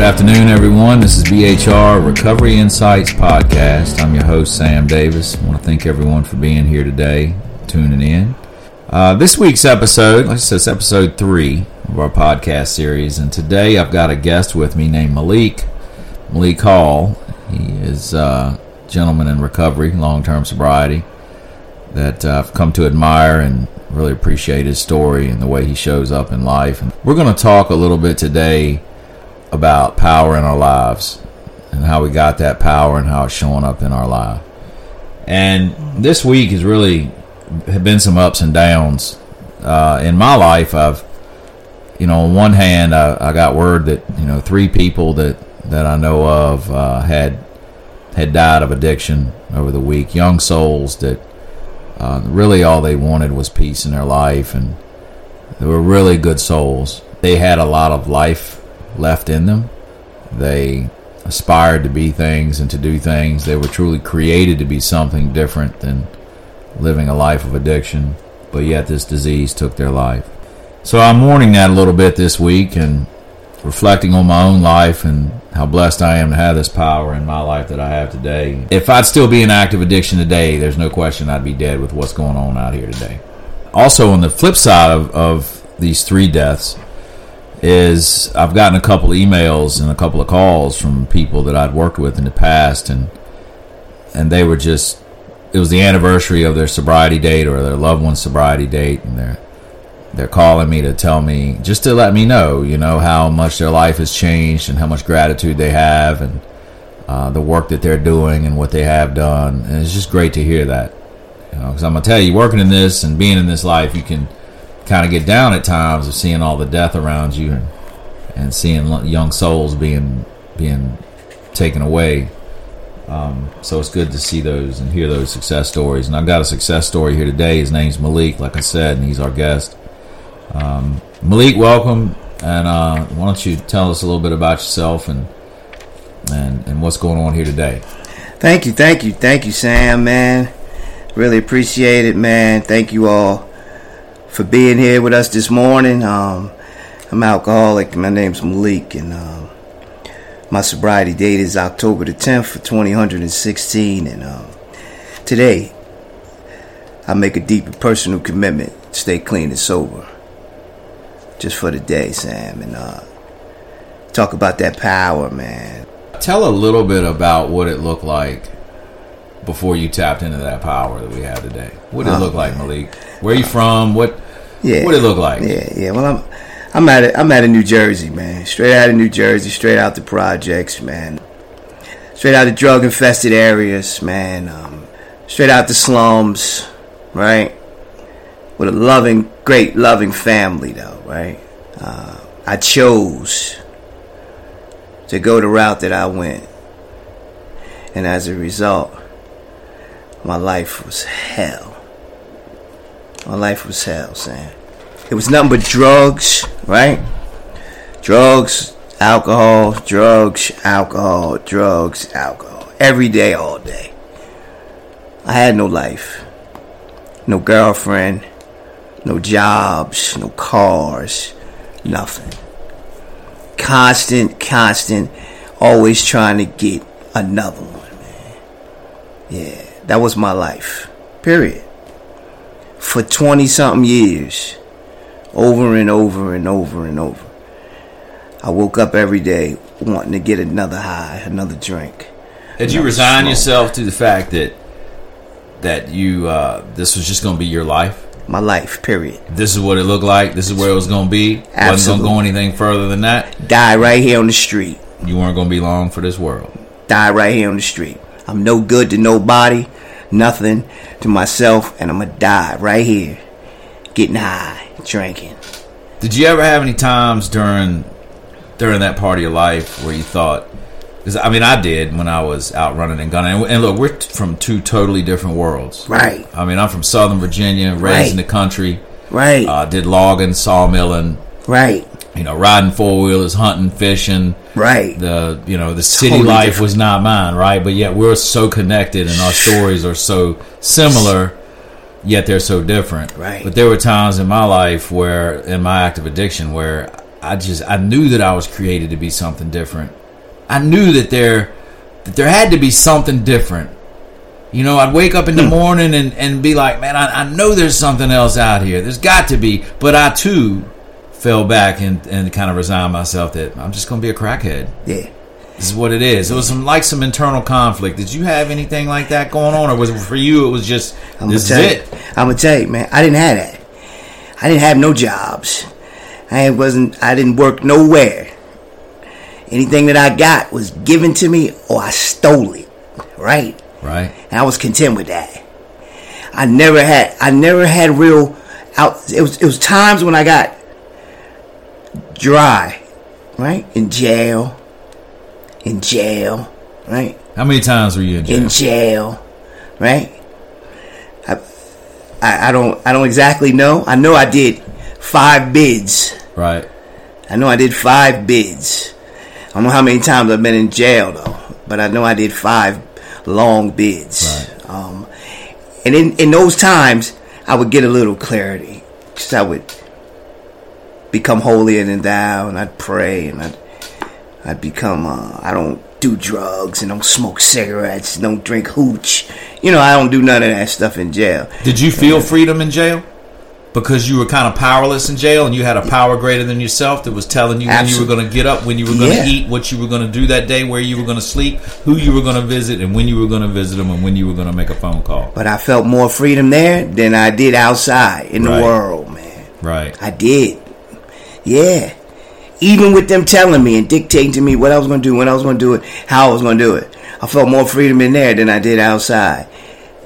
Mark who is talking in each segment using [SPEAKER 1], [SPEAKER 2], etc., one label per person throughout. [SPEAKER 1] afternoon, everyone. This is BHR Recovery Insights Podcast. I'm your host, Sam Davis. I want to thank everyone for being here today, tuning in. Uh, this week's episode, like I said, it's episode three of our podcast series. And today I've got a guest with me named Malik, Malik Hall. He is a gentleman in recovery, long term sobriety, that uh, I've come to admire and really appreciate his story and the way he shows up in life. And we're going to talk a little bit today about power in our lives and how we got that power and how it's showing up in our life. And this week has really have been some ups and downs uh, in my life. I've, you know, on one hand, I, I got word that you know three people that that I know of uh, had had died of addiction over the week. Young souls that uh, really all they wanted was peace in their life, and they were really good souls. They had a lot of life left in them. They aspired to be things and to do things. They were truly created to be something different than living a life of addiction, but yet this disease took their life. So I'm mourning that a little bit this week and reflecting on my own life and how blessed I am to have this power in my life that I have today. If I'd still be in active addiction today, there's no question I'd be dead with what's going on out here today. Also, on the flip side of, of these three deaths, is I've gotten a couple emails and a couple of calls from people that I'd worked with in the past, and and they were just it was the anniversary of their sobriety date or their loved one's sobriety date, and they're they're calling me to tell me just to let me know, you know, how much their life has changed and how much gratitude they have and uh, the work that they're doing and what they have done, and it's just great to hear that. Because you know, 'cause I'm gonna tell you, working in this and being in this life, you can kind of get down at times of seeing all the death around you and, and seeing lo- young souls being being taken away. Um, so it's good to see those and hear those success stories. And I've got a success story here today. His name's Malik, like I said, and he's our guest. Um, Malik, welcome, and uh, why don't you tell us a little bit about yourself and and and what's going on here today?
[SPEAKER 2] Thank you, thank you, thank you, Sam, man. Really appreciate it, man. Thank you all for being here with us this morning. Um, I'm alcoholic. My name's Malik, and um, my sobriety date is October the 10th, of 2016. And um, today, I make a deep and personal commitment to stay clean and sober. Just for the day, Sam, and uh, talk about that power, man.
[SPEAKER 1] Tell a little bit about what it looked like before you tapped into that power that we have today. What did it
[SPEAKER 2] Oh,
[SPEAKER 1] look like, Malik? Where you from? What
[SPEAKER 2] Yeah.
[SPEAKER 1] what did it look like?
[SPEAKER 2] Yeah, yeah. Well, I'm I'm out of I'm out of New Jersey, man. Straight out of New Jersey, straight out the projects, man. Straight out of drug infested areas, man. Um, straight out the slums, right? With a loving, great, loving family, though, right? Uh, I chose to go the route that I went, and as a result, my life was hell. My life was hell, Sam. It was nothing but drugs, right? Drugs, alcohol, drugs, alcohol, drugs, alcohol. Every day, all day. I had no life. No girlfriend, no jobs, no cars, nothing. Constant, constant, always trying to get another one, man. Yeah, that was my life. Period. For 20 something years over and over and over and over. I woke up every day wanting to get another high, another drink.
[SPEAKER 1] Did you
[SPEAKER 2] No,
[SPEAKER 1] resign
[SPEAKER 2] smoke.
[SPEAKER 1] yourself to the fact that that you uh, this was just going to be your life?
[SPEAKER 2] My life, period.
[SPEAKER 1] This is what it looked like. This is where it was going to be. wasn't
[SPEAKER 2] Absolutely.
[SPEAKER 1] going to go anything further than that.
[SPEAKER 2] Die right here on the street.
[SPEAKER 1] You weren't going to be long for this world.
[SPEAKER 2] Die right here on the street. I'm no good to nobody, nothing to myself, and I'm gonna die right here, getting high, drinking.
[SPEAKER 1] Did you ever have any times during during that part of your life where you thought? Because I mean, I did when I was out running and gunning. And, and look, we're t- from two totally different worlds.
[SPEAKER 2] Right,
[SPEAKER 1] I mean, I'm from Southern Virginia, raised in the
[SPEAKER 2] Right.
[SPEAKER 1] country.
[SPEAKER 2] right,
[SPEAKER 1] Uh, did logging, sawmilling,
[SPEAKER 2] right,
[SPEAKER 1] you know, riding four wheelers, hunting, fishing.
[SPEAKER 2] right.
[SPEAKER 1] The you know the city
[SPEAKER 2] Totally
[SPEAKER 1] life was not mine, right? But yet we're so connected, and our stories are so similar, yet they're so different.
[SPEAKER 2] Right.
[SPEAKER 1] But there were times in my life where, in my active addiction, where I just I knew that I was created to be something different, I knew that there that there had to be something different. You know, I'd wake up in the
[SPEAKER 2] Hmm.
[SPEAKER 1] morning and, and be like, man, I, I know there's something else out here. There's got to be. But I too fell back and, and kind of resigned myself that I'm just going to be a crackhead.
[SPEAKER 2] Yeah.
[SPEAKER 1] This is what it is. It was some like some internal conflict. Did you have anything like that going on, or was it for you? It was just
[SPEAKER 2] I'm
[SPEAKER 1] this is
[SPEAKER 2] gonna tell
[SPEAKER 1] it.
[SPEAKER 2] You, I'm gonna tell you, man. I didn't have that. I didn't have no jobs. I wasn't. I didn't work nowhere. Anything that I got was given to me, or I stole it. Right.
[SPEAKER 1] Right.
[SPEAKER 2] and I was content with that. I never had I never had real out it was it was times when I got dry, right? In jail. In jail, right?
[SPEAKER 1] How many times were you in jail?
[SPEAKER 2] In jail, right? I, I I don't I don't exactly know. I know I did five bids.
[SPEAKER 1] right.
[SPEAKER 2] I know I did five bids. I don't know how many times I've been in jail though, but I know I did five long bids. Um, and in, in those times, I would get a little clarity. Just I would become holier than thou, and I'd pray, and I'd I'd become uh, I don't do drugs and don't smoke cigarettes, don't drink hooch. You know, I don't do none of that stuff in jail.
[SPEAKER 1] Did you feel freedom in jail? Because you were kind of powerless in jail, and you had a power greater than yourself that was telling you when you
[SPEAKER 2] Absolute-
[SPEAKER 1] were going to get up, when you were going to
[SPEAKER 2] Yeah.
[SPEAKER 1] eat, what you were going to do that day, where you were going to sleep, who you were going to visit, and when you were going to visit them, and when you were going to make a phone call.
[SPEAKER 2] But I felt more freedom there than I did outside in
[SPEAKER 1] Right.
[SPEAKER 2] the world, man.
[SPEAKER 1] Right.
[SPEAKER 2] I did. Yeah. Even with them telling me and dictating to me what I was going to do, when I was going to do it, how I was going to do it, I felt more freedom in there than I did outside,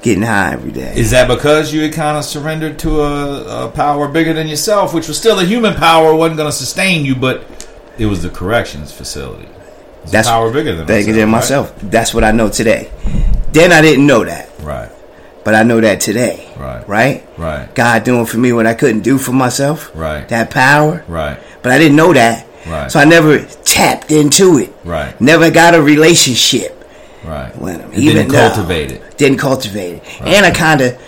[SPEAKER 2] getting high every day.
[SPEAKER 1] Is that because you had kind of surrendered to a, a power bigger than yourself, which was still a human power, wasn't going to sustain you, but it was the corrections facility. It was a
[SPEAKER 2] That's
[SPEAKER 1] power bigger than
[SPEAKER 2] bigger than
[SPEAKER 1] myself,
[SPEAKER 2] myself. That's what I know today. Then I didn't know that,
[SPEAKER 1] Right.
[SPEAKER 2] but I know that today.
[SPEAKER 1] Right.
[SPEAKER 2] Right?
[SPEAKER 1] Right.
[SPEAKER 2] God doing for me what I couldn't do for myself.
[SPEAKER 1] Right.
[SPEAKER 2] That power.
[SPEAKER 1] Right.
[SPEAKER 2] But I didn't know that.
[SPEAKER 1] Right.
[SPEAKER 2] So I never tapped into it.
[SPEAKER 1] Right.
[SPEAKER 2] Never got a relationship.
[SPEAKER 1] Right.
[SPEAKER 2] When I'm
[SPEAKER 1] It
[SPEAKER 2] even
[SPEAKER 1] didn't
[SPEAKER 2] now,
[SPEAKER 1] cultivate it.
[SPEAKER 2] Didn't cultivate it. And I kind of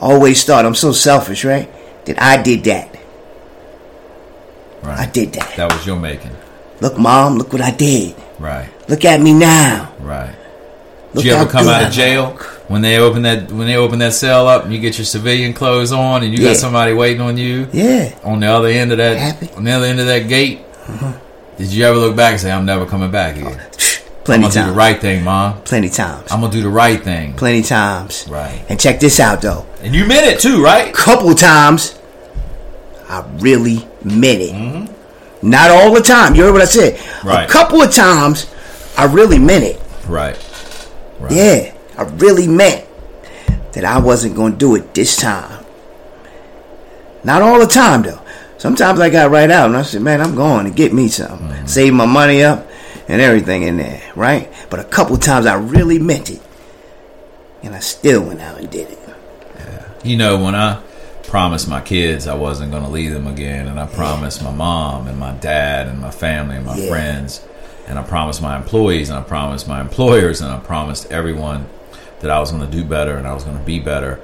[SPEAKER 2] always thought I'm so selfish, right? That I did that.
[SPEAKER 1] Right.
[SPEAKER 2] I did that.
[SPEAKER 1] That was your making.
[SPEAKER 2] Look, mom, look what I did.
[SPEAKER 1] Right.
[SPEAKER 2] Look at me now.
[SPEAKER 1] Right. Did
[SPEAKER 2] Look
[SPEAKER 1] you
[SPEAKER 2] how
[SPEAKER 1] ever come
[SPEAKER 2] good
[SPEAKER 1] out
[SPEAKER 2] I
[SPEAKER 1] of jail
[SPEAKER 2] look.
[SPEAKER 1] when they open that when they open that cell up and you get your civilian clothes on and you
[SPEAKER 2] Yeah.
[SPEAKER 1] got somebody waiting on you
[SPEAKER 2] Yeah.
[SPEAKER 1] on the other end of that
[SPEAKER 2] Happy.
[SPEAKER 1] on the other end of that gate? Did you ever look back and say, "I'm never coming back here"? I'm
[SPEAKER 2] Plenty
[SPEAKER 1] gonna do the
[SPEAKER 2] times.
[SPEAKER 1] right thing, mom.
[SPEAKER 2] Plenty times.
[SPEAKER 1] I'm gonna do the right thing.
[SPEAKER 2] Plenty times.
[SPEAKER 1] Right.
[SPEAKER 2] And check this out though.
[SPEAKER 1] And you meant it too, right?
[SPEAKER 2] Couple times, I really meant it. Not all the time. You heard what I said.
[SPEAKER 1] Mm-hmm. Right.
[SPEAKER 2] A couple of times, I really meant it.
[SPEAKER 1] Right. Right.
[SPEAKER 2] Yeah, I really meant that I wasn't going to do it this time. Not all the time, though. Sometimes I got right out and I said, man, I'm going to get me some. Save my money up and everything in there, right? But a couple times I really meant it. And I still went out and did it.
[SPEAKER 1] You know, when I promised my kids I wasn't going to leave them again, and I promised my mom and my dad and my family and my
[SPEAKER 2] Yeah.
[SPEAKER 1] friends, and I promised my employees and I promised my employers and I promised everyone that I was going to do better and I was going to be better.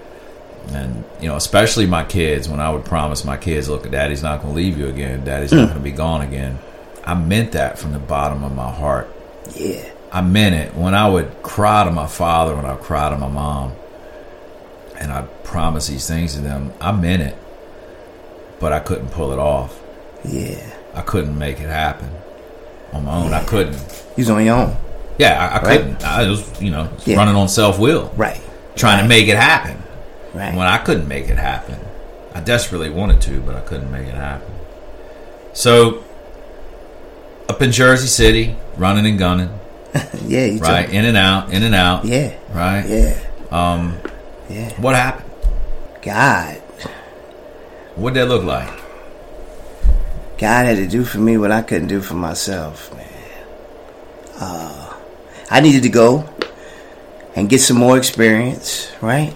[SPEAKER 1] And, you know, especially my kids, when I would promise my kids, look, daddy's not going to leave you again, daddy's not going to be gone again. I meant that from the bottom of my heart.
[SPEAKER 2] Yeah,
[SPEAKER 1] I meant it. When I would cry to my father, when I would cry to my mom, and I promised these things to them, I meant it. But I couldn't pull it off.
[SPEAKER 2] yeah.
[SPEAKER 1] I couldn't make it happen on my own. I couldn't.
[SPEAKER 2] You was on your own.
[SPEAKER 1] Yeah, I, I
[SPEAKER 2] Right.
[SPEAKER 1] couldn't. I was, you know,
[SPEAKER 2] Yeah.
[SPEAKER 1] running on self will,
[SPEAKER 2] Right,
[SPEAKER 1] trying to make it happen.
[SPEAKER 2] right.
[SPEAKER 1] And When I couldn't make it happen, I desperately wanted to, but I couldn't make it happen. So, up in Jersey City, running and gunning,
[SPEAKER 2] yeah, you
[SPEAKER 1] right?
[SPEAKER 2] took-
[SPEAKER 1] In and out, in and out.
[SPEAKER 2] Yeah,
[SPEAKER 1] Right?
[SPEAKER 2] yeah,
[SPEAKER 1] Um,
[SPEAKER 2] yeah.
[SPEAKER 1] what happened?
[SPEAKER 2] God,
[SPEAKER 1] What'd that look like?
[SPEAKER 2] God had to do for me what I couldn't do for myself, man. Uh, I needed to go and get some more experience, right?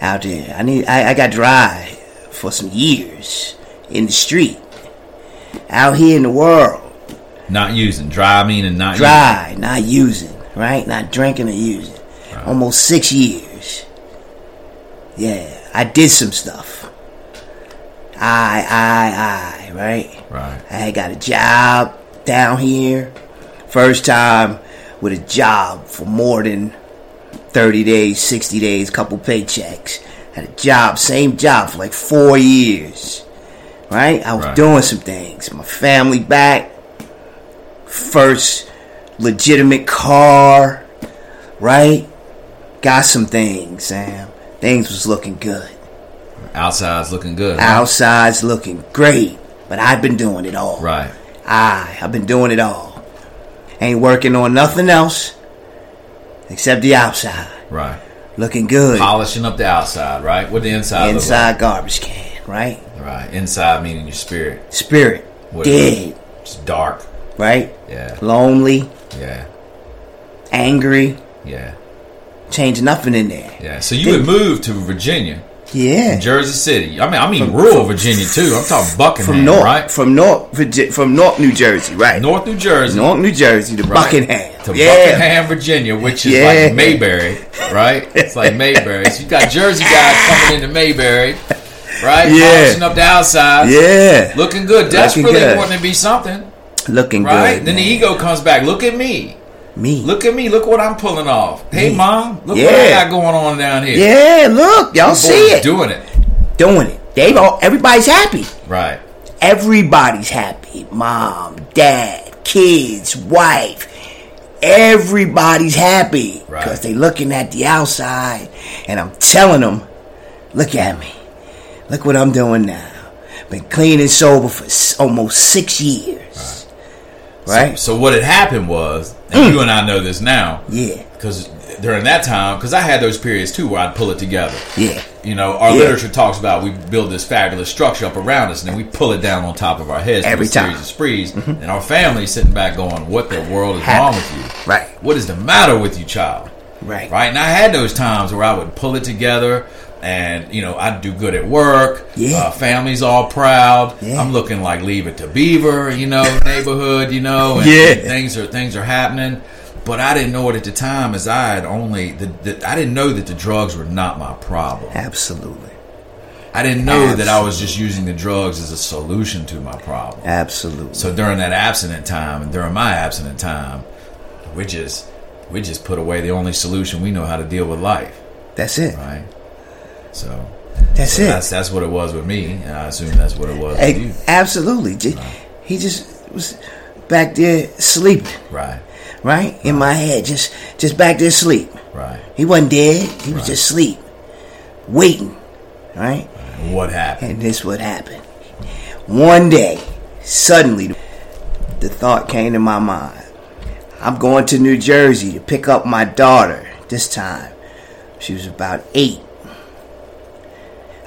[SPEAKER 2] Out there. I need I, I got dry for some years in the street. Out here in the world.
[SPEAKER 1] Not using dry, meaning not
[SPEAKER 2] Dry, not using, right? Not drinking or using.
[SPEAKER 1] Right.
[SPEAKER 2] Almost six years. Yeah, I did some stuff. I, I, I, right?
[SPEAKER 1] Using. Right,
[SPEAKER 2] I had got a job down here, First time with a job for more than 30 days, 60 days, couple paychecks. Had a job, same job for like four years. Right? I was
[SPEAKER 1] Right.
[SPEAKER 2] doing some things. My family back. First legitimate car. Right? Got some things, Sam. Things was looking good.
[SPEAKER 1] Outside's looking good. huh?
[SPEAKER 2] Outside's looking great. But I've been doing it all.
[SPEAKER 1] Right.
[SPEAKER 2] I, I've been doing it all. Ain't working on nothing else except the outside.
[SPEAKER 1] Right.
[SPEAKER 2] Looking good.
[SPEAKER 1] Polishing up the outside, right? With the inside. look
[SPEAKER 2] Inside garbage can, right?
[SPEAKER 1] like? Right. Inside meaning your spirit.
[SPEAKER 2] Spirit.
[SPEAKER 1] What-
[SPEAKER 2] Dead,
[SPEAKER 1] It's dark.
[SPEAKER 2] right?
[SPEAKER 1] Yeah.
[SPEAKER 2] Lonely,
[SPEAKER 1] Yeah.
[SPEAKER 2] angry.
[SPEAKER 1] Yeah.
[SPEAKER 2] Change nothing in there.
[SPEAKER 1] Yeah. So you would move to Virginia,
[SPEAKER 2] Yeah.
[SPEAKER 1] Jersey City. I mean, I mean rural Virginia too. I'm talking Buckingham,
[SPEAKER 2] From North,
[SPEAKER 1] right?
[SPEAKER 2] from North, Virgi- from North New Jersey, right?
[SPEAKER 1] North New Jersey
[SPEAKER 2] North New Jersey to
[SPEAKER 1] right?
[SPEAKER 2] Buckingham.
[SPEAKER 1] to
[SPEAKER 2] yeah.
[SPEAKER 1] Buckingham, Virginia, which is
[SPEAKER 2] Yeah.
[SPEAKER 1] like Mayberry, right? It's like Mayberry. So you got Jersey guys coming into Mayberry, right?
[SPEAKER 2] Yeah.
[SPEAKER 1] Polishing up the outside,
[SPEAKER 2] Yeah.
[SPEAKER 1] looking good, desperately
[SPEAKER 2] good.
[SPEAKER 1] wanting to be something,
[SPEAKER 2] Looking
[SPEAKER 1] right?
[SPEAKER 2] good.
[SPEAKER 1] then the
[SPEAKER 2] man.
[SPEAKER 1] ego comes back. Look at me.
[SPEAKER 2] Me.
[SPEAKER 1] Look at me. Look what I'm pulling off. Hey, mom. Look what I
[SPEAKER 2] Yeah.
[SPEAKER 1] got going on down here.
[SPEAKER 2] yeah, look, y'all see
[SPEAKER 1] Boys
[SPEAKER 2] it.
[SPEAKER 1] doing it,
[SPEAKER 2] doing it. They all, everybody's happy.
[SPEAKER 1] right?
[SPEAKER 2] Everybody's happy. Mom, dad, kids, wife. Everybody's happy
[SPEAKER 1] Right.
[SPEAKER 2] because they looking at the outside, and I'm telling them, look at me, look what I'm doing now. Been clean and sober for s- almost six years, right?
[SPEAKER 1] So what had happened was, and you and I know this now,
[SPEAKER 2] Mm. yeah,
[SPEAKER 1] because during that time, because I had those periods too where I'd pull it together.
[SPEAKER 2] yeah,
[SPEAKER 1] You know, our
[SPEAKER 2] Yeah.
[SPEAKER 1] literature talks about we build this fabulous structure up around us, and then we pull it down on top of our heads through
[SPEAKER 2] Every
[SPEAKER 1] a
[SPEAKER 2] time. Mm-hmm.
[SPEAKER 1] series of sprees, and our family sitting back going, "What the world is
[SPEAKER 2] Happy.
[SPEAKER 1] wrong with you?
[SPEAKER 2] Right.
[SPEAKER 1] What is the matter with you, child?"
[SPEAKER 2] right,
[SPEAKER 1] Right. And I had those times where I would pull it together. And you know I'd do good at work.
[SPEAKER 2] Yeah.
[SPEAKER 1] Uh, family's all proud.
[SPEAKER 2] Yeah.
[SPEAKER 1] I'm looking like Leave It to Beaver, you know, neighborhood, you know. And
[SPEAKER 2] Yeah.
[SPEAKER 1] Things are things are happening, but I didn't know it at the time. As I had only the, the I didn't know that the drugs were not my problem.
[SPEAKER 2] absolutely,
[SPEAKER 1] I didn't know that I was just using the drugs as a solution to my problem.
[SPEAKER 2] absolutely.
[SPEAKER 1] So during that abstinent time and during my abstinent time, we just we just put away the only solution we know how to deal with life,
[SPEAKER 2] that's it.
[SPEAKER 1] right? So
[SPEAKER 2] That's it.
[SPEAKER 1] that's that's what it was with me, and I assume that's what it was with
[SPEAKER 2] Hey,
[SPEAKER 1] you,
[SPEAKER 2] absolutely. J- He just was back there sleeping.
[SPEAKER 1] right?
[SPEAKER 2] right? In my head, just just back there asleep.
[SPEAKER 1] Right.
[SPEAKER 2] He wasn't dead. He was just asleep, waiting, right?
[SPEAKER 1] And what happened?
[SPEAKER 2] And this would happen. One day, suddenly, the thought came to my mind: I'm going to New Jersey to pick up my daughter. This time, she was about eight.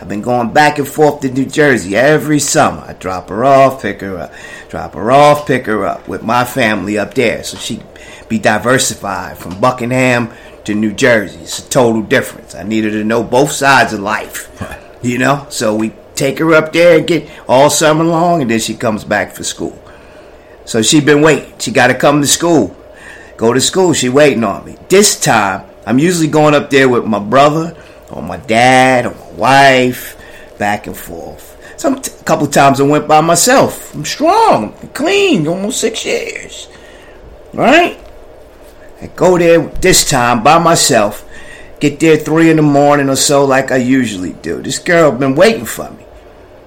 [SPEAKER 2] I've been going back and forth to New Jersey every summer. I drop her off, pick her up, drop her off, pick her up with my family up there so she be diversified from Buckingham to New Jersey. It's a total difference. I needed to know both sides of life. You know? So we take her up there and get all summer long and then she comes back for school. So she been waiting. She gotta come to school. Go to school. She waiting on me. This time, I'm usually going up there with my brother or my dad or my wife, back and forth. Some t- couple times I went by myself. I'm strong, clean, almost six years. Right? I go there this time by myself. Get there three in the morning or so, like I usually do. This girl been waiting for me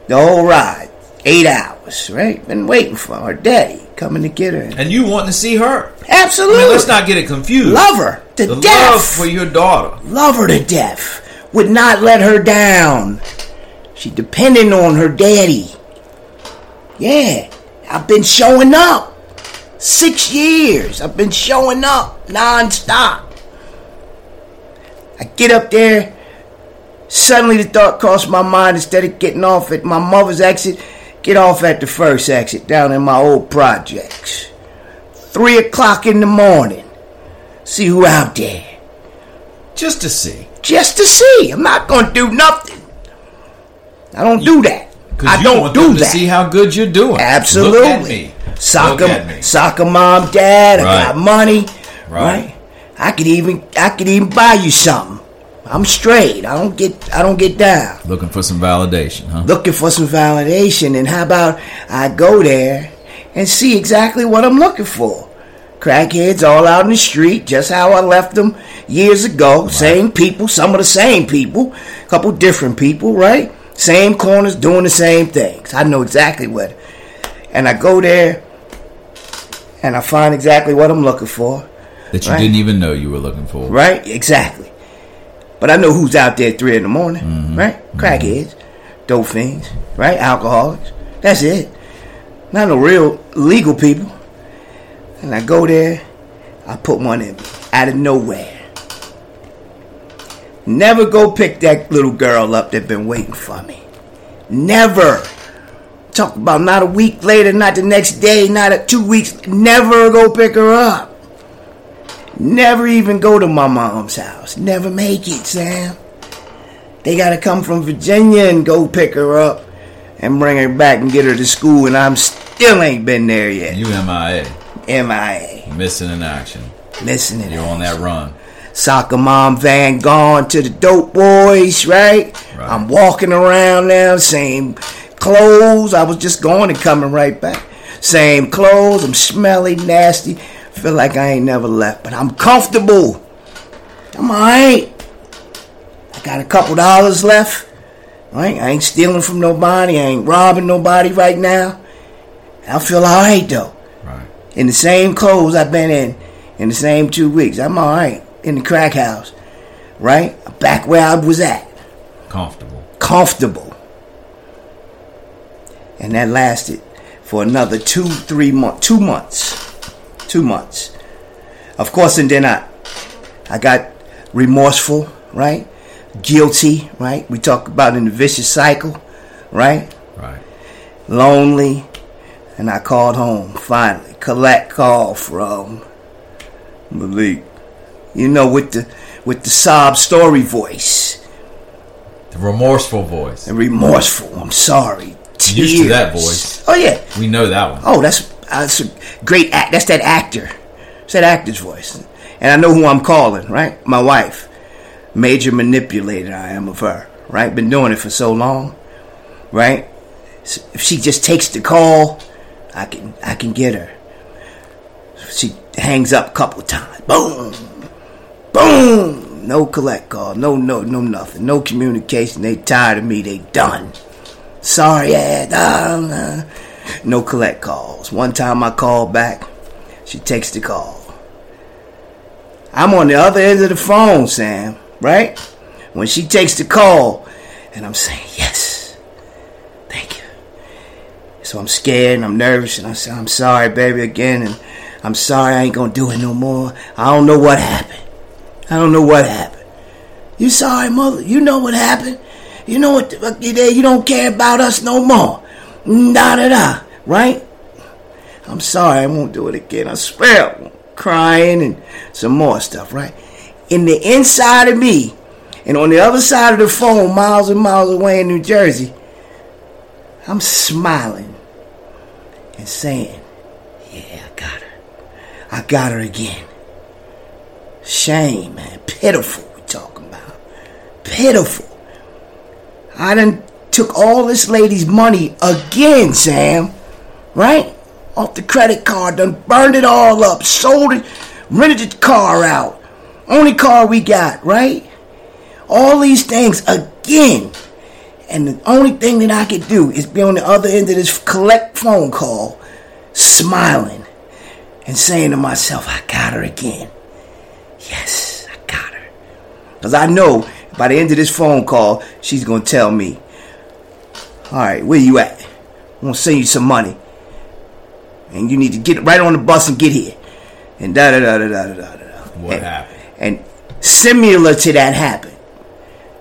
[SPEAKER 2] the whole ride, eight hours. Right? Been waiting for her daddy coming to get her.
[SPEAKER 1] And you wanting to see her? I
[SPEAKER 2] Absolutely.
[SPEAKER 1] mean, let's not get it confused.
[SPEAKER 2] Love her to
[SPEAKER 1] the love
[SPEAKER 2] death.
[SPEAKER 1] for your daughter.
[SPEAKER 2] Love her to death. Would not let her down. She depending on her daddy. Yeah, I've been showing up. Six years. I've been showing up nonstop. I get up there. Suddenly the thought crossed my mind instead of getting off at my mother's exit, get off at the first exit down in my old projects. Three o'clock in the morning. See who out there
[SPEAKER 1] just to see.
[SPEAKER 2] just to see. I'm not gonna do nothing. I don't do that.
[SPEAKER 1] Because
[SPEAKER 2] I
[SPEAKER 1] you
[SPEAKER 2] don't
[SPEAKER 1] want
[SPEAKER 2] do
[SPEAKER 1] them to
[SPEAKER 2] that.
[SPEAKER 1] see how good you're doing.
[SPEAKER 2] Absolutely.
[SPEAKER 1] Look at me.
[SPEAKER 2] Soccer,
[SPEAKER 1] Look at me.
[SPEAKER 2] soccer mom, dad. I got
[SPEAKER 1] Right.
[SPEAKER 2] money.
[SPEAKER 1] Right.
[SPEAKER 2] Right. I could even, I could even buy you something. I'm straight. I don't get, I don't get down.
[SPEAKER 1] Looking for some validation, huh?
[SPEAKER 2] Looking for some validation, and how about I go there and see exactly what I'm looking for? Crackheads all out in the street, just how I left them years ago. Same people, some of the same people, a couple different people, right? Same corners, doing the same things. I know exactly what. And I go there, and I find exactly what I'm looking for.
[SPEAKER 1] that you
[SPEAKER 2] Right.
[SPEAKER 1] didn't even know you were looking for.
[SPEAKER 2] Right? Exactly. But I know who's out there at three in the morning, right? Crackheads, dope fiends, right? Alcoholics. That's it. Not no real legal people. And I go there, I put one in out of nowhere. Never go pick that little girl up that been waiting for me. Never. Talk about not a week later, not the next day, not a, two weeks. Never go pick her up. Never even go to my mom's house. Never make it, Sam. They gotta come from Virginia and go pick her up and bring her back and get her to school, and I'm still ain't been there yet.
[SPEAKER 1] You MIA,
[SPEAKER 2] MIA.
[SPEAKER 1] missing in action.
[SPEAKER 2] Missing it.
[SPEAKER 1] You're on that run.
[SPEAKER 2] Soccer mom van gone to the dope boys, right?
[SPEAKER 1] Right.
[SPEAKER 2] I'm walking around now, same clothes. I was just going and coming right back. Same clothes. I'm smelly, nasty. Feel like I ain't never left, but I'm comfortable. I'm alright. I got a couple dollars left. Right? I ain't stealing from nobody. I ain't robbing nobody right now. I feel alright though
[SPEAKER 1] Right.
[SPEAKER 2] in the same clothes I've been in in the same two weeks. I'm all right in the crack house, right? Back where I was at,
[SPEAKER 1] Comfortable.
[SPEAKER 2] comfortable. And that lasted for another two, three months, two months, two months. Of course, and then I, I got remorseful, right? Guilty, right? We talk about in the vicious cycle, right?
[SPEAKER 1] Right.
[SPEAKER 2] lonely, and I called home finally. Collect call from Malik. You know, with the with the sob story voice
[SPEAKER 1] The remorseful voice.
[SPEAKER 2] and remorseful. I'm sorry. Tears.
[SPEAKER 1] Used to that voice.
[SPEAKER 2] Oh yeah.
[SPEAKER 1] We know that one.
[SPEAKER 2] Oh, that's that's a great act. That's that actor. It's that actor's voice. And I know who I'm calling, right? My wife. Major manipulator I am of her, right? Been doing it for so long, right? S- If she just takes the call, I can I can get her. She hangs up a couple times. Boom, boom. No collect call. No no no nothing. No communication. They tired of me. They done. Sorry, Ah, yeah. nah, nah. No collect calls. One time I called back, she takes the call. I'm on the other end of the phone, Sam, right? When she takes the call, and I'm saying, yes, thank you. So I'm scared and I'm nervous, and I say, I'm sorry, baby, again, and I'm sorry I ain't gonna do it no more. I don't know what happened. I don't know what happened. You sorry, mother. You know what happened. You know what? the fuck You did. You don't care about us no more. Da da da. Right? I'm sorry. I won't do it again. I swear. I won't. Crying and some more stuff. Right? In the inside of me, and on the other side of the phone, miles and miles away in New Jersey, I'm smiling and saying, "Yeah, I got her. I got her again." Shame, man. Pitiful, we talking about. Pitiful. I done took all this lady's money again, Sam. Right? Off the credit card, done burned it all up, sold it, rented the car out. Only car we got, right? All these things again. And the only thing that I could do is be on the other end of this collect phone call, smiling and saying to myself, I got her again. Yes, I got her. Because I know by the end of this phone call, she's going to tell me, All right, where you at? I'm going to send you some money. And you need to get right on the bus and get here. And da da da da da da da da.
[SPEAKER 1] What
[SPEAKER 2] and,
[SPEAKER 1] happened?
[SPEAKER 2] And similar to that happened.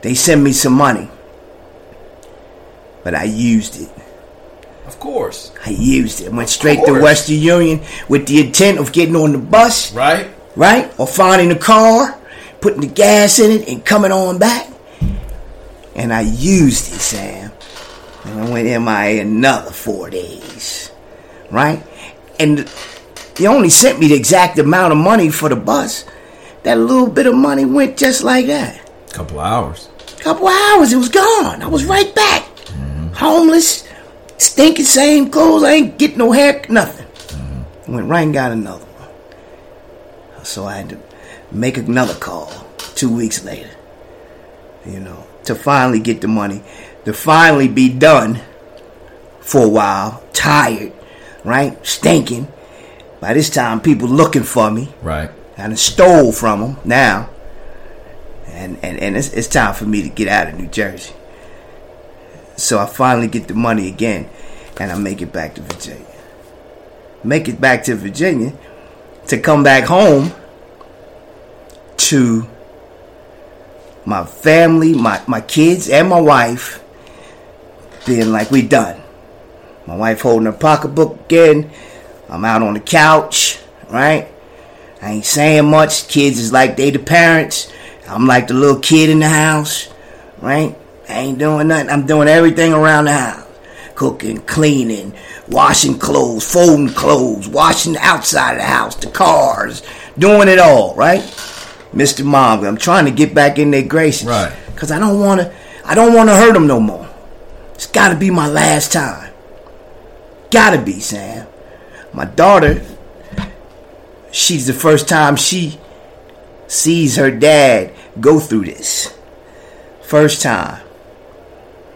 [SPEAKER 2] They sent me some money. But I used it.
[SPEAKER 1] Of course.
[SPEAKER 2] I used it. Went straight to
[SPEAKER 1] course.
[SPEAKER 2] Western Union with the intent of getting on the bus
[SPEAKER 1] Right?
[SPEAKER 2] right? Or finding a car, putting the gas in it, and coming on back. And I used it, Sam. And I went MIA another four days, right? And they only sent me the exact amount of money for the bus. That little bit of money went just like that.
[SPEAKER 1] Couple hours.
[SPEAKER 2] Couple hours, it was gone. I was right back, homeless, stinking same clothes. I ain't get no hair, nothing. Went right and got another one. so I had to make another call two weeks later, you know, to finally get the money, to finally be done for a while, tired, right? Stinking. By this time, people looking for me.
[SPEAKER 1] Right.
[SPEAKER 2] I done stole from them now. And, and, and it's, it's time for me to get out of New Jersey. So I finally get the money again and I make it back to Virginia. Make it back to Virginia to come back home to my family, my, my kids, and my wife being like, we done. My wife holding her pocketbook again. I'm out on the couch, right? I ain't saying much. Kids is like they the parents. I'm like the little kid in the house, right? I ain't doing nothing. I'm doing everything around the house. Cooking, cleaning, washing clothes, folding clothes, washing the outside of the house, the cars, doing it all, right? Mr. Mom, I'm trying to get back in their graces.
[SPEAKER 1] Right.
[SPEAKER 2] Cause I don't wanna I don't wanna hurt them no more. It's gotta be my last time. Gotta be, Sam. My daughter, she's the first time she sees her dad go through this. First time.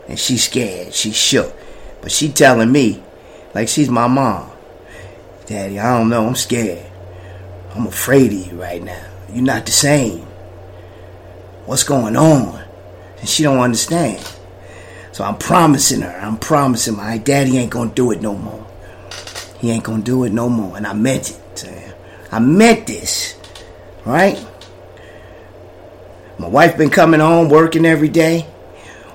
[SPEAKER 2] And she's scared. She's shook. But she telling me, like she's my mom. Daddy, I don't know. I'm scared. I'm afraid of you right now. You're not the same. What's going on? And she don't understand. So I'm promising her. I'm promising my daddy ain't gonna do it no more. He ain't gonna do it no more. And I meant it, Sam. I meant this. Right? My wife been coming home working every day.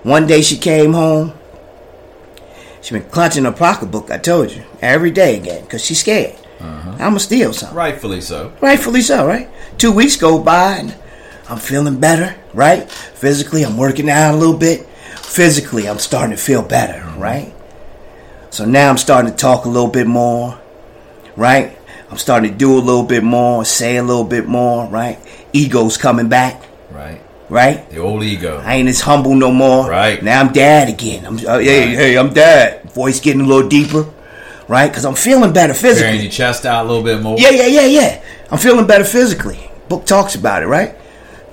[SPEAKER 2] One day she came home. She been clutching her pocketbook, I told you, every day again, because she's scared. I'ma steal something.
[SPEAKER 1] Rightfully so.
[SPEAKER 2] Rightfully so, right? Two weeks go by and I'm feeling better, right? Physically, I'm working out a little bit. Physically, I'm starting to feel better, right? So now I'm starting to talk a little bit more, right? I'm starting to do a little bit more, say a little bit more, right? Ego's coming back,
[SPEAKER 1] Right.
[SPEAKER 2] right?
[SPEAKER 1] The old ego.
[SPEAKER 2] I ain't as humble no more.
[SPEAKER 1] Right.
[SPEAKER 2] Now I'm dad again. I'm, uh, hey,
[SPEAKER 1] Right.
[SPEAKER 2] hey, I'm dad. Voice getting a little deeper, right? Because I'm feeling better physically.
[SPEAKER 1] Tearing your chest out a little bit more.
[SPEAKER 2] Yeah, yeah, yeah, yeah. I'm feeling better physically. Book talks about it, right?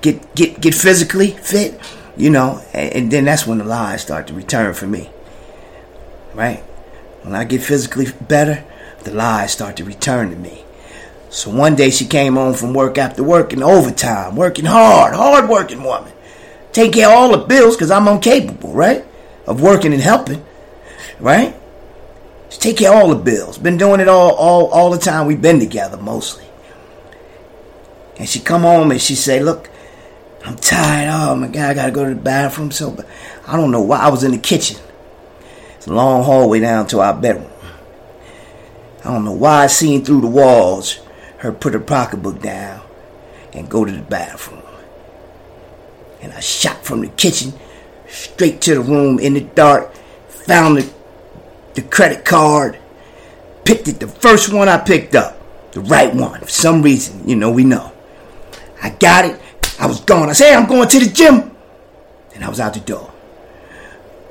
[SPEAKER 2] Get get get physically fit, you know, and, and then that's when the lies start to return for me. Right? When I get physically better, the lies start to return to me. So one day she came home from work after work in overtime, working hard, hard working woman. Take care of all the bills because I'm incapable, right? Of working and helping, right? She take care of all the bills. Been doing it all all all the time we've been together mostly. And she come home and she say, "Look, I'm tired. Oh my god, I gotta go to the bathroom so bad. I don't know why I was in the kitchen. It's a long hallway down to our bedroom. I don't know why I seen through the walls her put her pocketbook down and go to the bathroom. And I shot from the kitchen straight to the room in the dark, found the the credit card. Picked it, the first one I picked up, the right one. For some reason, you know, we know. I got it. I was gone. I said, "Hey, I'm going to the gym. And I was out the door.